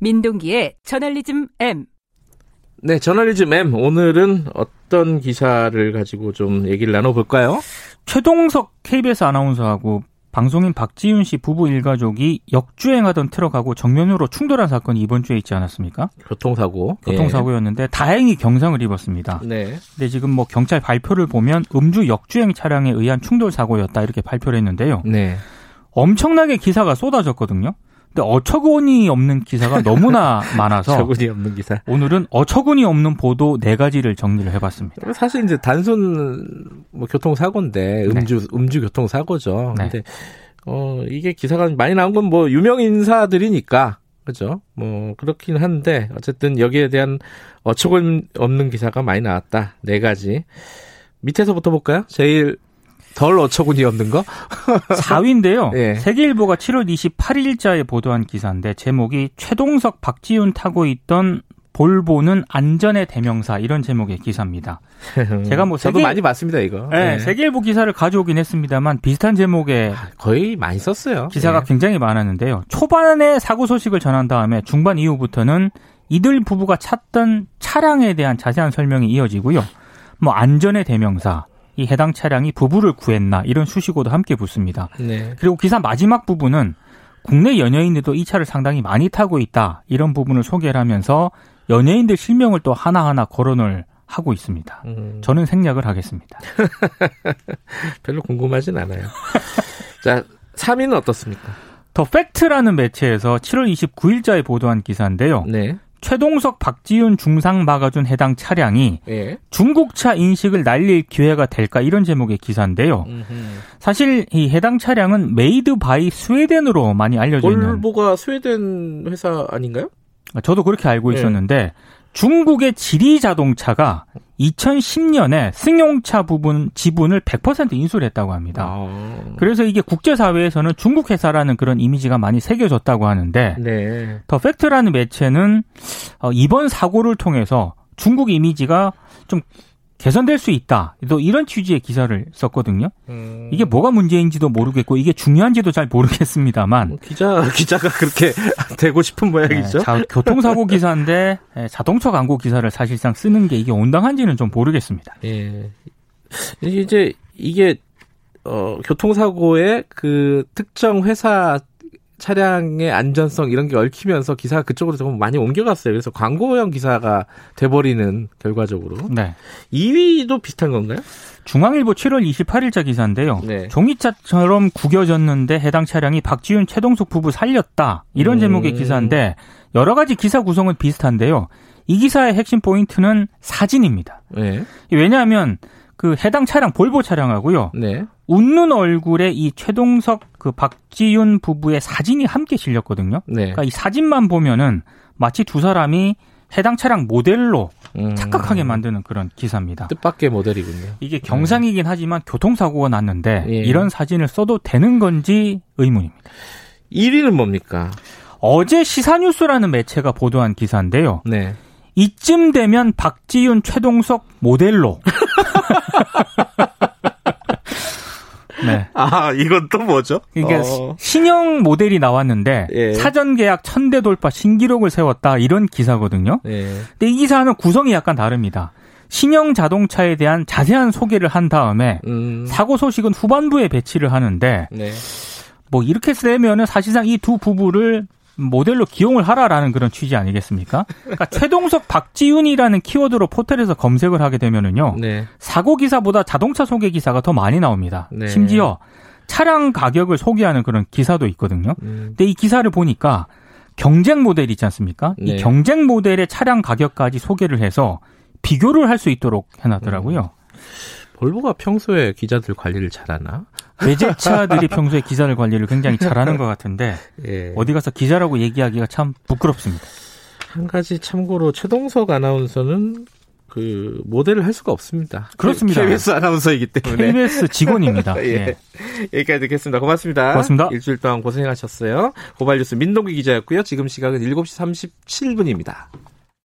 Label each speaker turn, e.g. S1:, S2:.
S1: 민동기의 저널리즘 M.
S2: 네, 저널리즘 M. 오늘은 어떤 기사를 가지고 좀 얘기를 나눠볼까요?
S3: 최동석 KBS 아나운서하고 방송인 박지윤 씨 부부 일가족이 역주행하던 트럭하고 정면으로 충돌한 사건이 이번 주에 있지 않았습니까?
S2: 교통사고.
S3: 교통사고였는데 다행히 경상을 입었습니다.
S2: 예. 네.
S3: 근데 지금 뭐 경찰 발표를 보면 음주 역주행 차량에 의한 충돌 사고였다 이렇게 발표를 했는데요.
S2: 네.
S3: 엄청나게 기사가 쏟아졌거든요. 근데 어처구니 없는 기사가 너무나 많아서
S2: 저분이 없는 기사.
S3: 오늘은 어처구니 없는 보도 네 가지를 정리를 해봤습니다.
S2: 사실 이제 단순 뭐 교통사고인데 음주 음주 교통사고죠.
S3: 네.
S2: 근데 어 이게 기사가 많이 나온 건 뭐 유명 인사들이니까 그죠? 뭐 그렇긴 한데 어쨌든 여기에 대한 어처구니 없는 기사가 많이 나왔다. 네 가지. 밑에서부터 볼까요? 제일 덜 어처구니 없는 거?
S3: 4위인데요.
S2: 예.
S3: 세계일보가 7월 28일자에 보도한 기사인데 제목이 최동석 박지훈 타고 있던 볼보는 안전의 대명사 이런 제목의 기사입니다. 제가 뭐
S2: 저도
S3: 세계-
S2: 많이 봤습니다 이거.
S3: 네,
S2: 예.
S3: 세계일보 기사를 가져오긴 했습니다만 비슷한 제목의
S2: 아, 거의 많이 썼어요.
S3: 기사가
S2: 예.
S3: 굉장히 많았는데요. 초반에 사고 소식을 전한 다음에 중반 이후부터는 이들 부부가 찾던 차량에 대한 자세한 설명이 이어지고요. 뭐 안전의 대명사, 이 해당 차량이 부부를 구했나 이런 수식어도 함께 붙습니다.
S2: 네.
S3: 그리고 기사 마지막 부분은 국내 연예인들도 이 차를 상당히 많이 타고 있다 이런 부분을 소개를 하면서 연예인들 실명을 또 하나하나 거론을 하고 있습니다.
S2: 음.
S3: 저는 생략을 하겠습니다.
S2: 별로 궁금하진 않아요. 자, 3위는 어떻습니까?
S3: 더 팩트라는 매체에서 7월 29일자에 보도한 기사인데요.
S2: 네.
S3: 최동석 박지윤 중상 막아준 해당 차량이
S2: 예.
S3: 중국차 인식을 날릴 기회가 될까 이런 제목의 기사인데요. 사실 이 해당 차량은 메이드 바이 스웨덴으로 많이 알려져 있는
S2: 볼보가 스웨덴 회사 아닌가요?
S3: 저도 그렇게 알고
S2: 예.
S3: 있었는데 중국의 지리 자동차가 2010년에 승용차 부분 지분을 100% 인수를 했다고 합니다.
S2: 아.
S3: 그래서 이게 국제사회에서는 중국 회사라는 그런 이미지가 많이 새겨졌다고 하는데
S2: 네.
S3: 더 팩트라는 매체는 어, 이번 사고를 통해서 중국 이미지가 좀 개선될 수 있다. 또 이런 취지의 기사를 썼거든요.
S2: 음.
S3: 이게 뭐가 문제인지도 모르겠고 이게 중요한지도 잘 모르겠습니다만
S2: 뭐 기자 기자가 그렇게 되고 싶은 모양이죠.
S3: 네, 자, 교통사고 기사인데 예, 자동차 광고 기사를 사실상 쓰는 게 이게 온당한지는 좀 모르겠습니다.
S2: 예. 이게 이제 이게 어 교통사고의 그 특정 회사 차량의 안전성 이런 게 얽히면서 기사가 그쪽으로 좀 많이 옮겨갔어요. 그래서 광고형 기사가 돼버리는 결과적으로
S3: 네.
S2: 2위도 비슷한 건가요?
S3: 중앙일보 7월 28일자 기사인데요.
S2: 네.
S3: 종이차처럼 구겨졌는데 해당 차량이 박지윤 최동숙 부부 살렸다 이런 제목의
S2: 음.
S3: 기사인데 여러 가지 기사 구성은 비슷한데요. 이 기사의 핵심 포인트는 사진입니다.
S2: 네.
S3: 왜냐하면 그 해당 차량 볼보 차량하고요
S2: 네.
S3: 웃는 얼굴에 이 최동석 그 박지윤 부부의 사진이 함께 실렸거든요.
S2: 네.
S3: 그러니까 이 사진만 보면은 마치 두 사람이 해당 차량 모델로
S2: 음.
S3: 착각하게 만드는 그런 기사입니다.
S2: 뜻밖의 모델이군요.
S3: 이게 경상이긴 하지만 교통사고가 났는데
S2: 네. 예.
S3: 이런 사진을 써도 되는 건지 의문입니다.
S2: 1위는 뭡니까?
S3: 어제 시사뉴스라는 매체가 보도한 기사인데요.
S2: 네.
S3: 이쯤 되면 박지윤 최동석 모델로. 네.
S2: 아, 이건 또 뭐죠?
S3: 그러니까
S2: 어.
S3: 신형 모델이 나왔는데
S2: 예.
S3: 사전 계약 천대 돌파 신기록을 세웠다 이런 기사거든요.
S2: 예.
S3: 근데 이 기사는 구성이 약간 다릅니다. 신형 자동차에 대한 자세한 소개를 한 다음에
S2: 음.
S3: 사고 소식은 후반부에 배치를 하는데
S2: 네.
S3: 뭐 이렇게 쓰면은 사실상 이 두 부부를 모델로 기용을 하라라는 그런 취지 아니겠습니까? 그러니까 최동석 박지훈이라는 키워드로 포털에서 검색을 하게 되면은요
S2: 네.
S3: 사고 기사보다 자동차 소개 기사가 더 많이 나옵니다.
S2: 네.
S3: 심지어 차량 가격을 소개하는 그런 기사도 있거든요.
S2: 음.
S3: 근데 이 기사를 보니까 경쟁 모델 있지 않습니까?
S2: 네.
S3: 이 경쟁 모델의 차량 가격까지 소개를 해서 비교를 할 수 있도록 해놨더라고요.
S2: 볼보가 평소에 기자들 관리를 잘하나?
S3: 외제차들이 평소에 기사를 관리를 굉장히 잘하는 것 같은데
S2: 예.
S3: 어디 가서 기자라고 얘기하기가 참 부끄럽습니다.
S2: 한 가지 참고로 최동석 아나운서는 그 모델을 할 수가 없습니다.
S3: 그렇습니다.
S2: KBS 아나운서이기 때문에.
S3: KBS 직원입니다.
S2: 네. 예.
S3: 예.
S2: 여기까지 듣겠습니다. 고맙습니다.
S3: 고맙습니다.
S2: 일주일 동안 고생하셨어요. 고발뉴스 민동기 기자였고요. 지금 시각은 7시 37분입니다.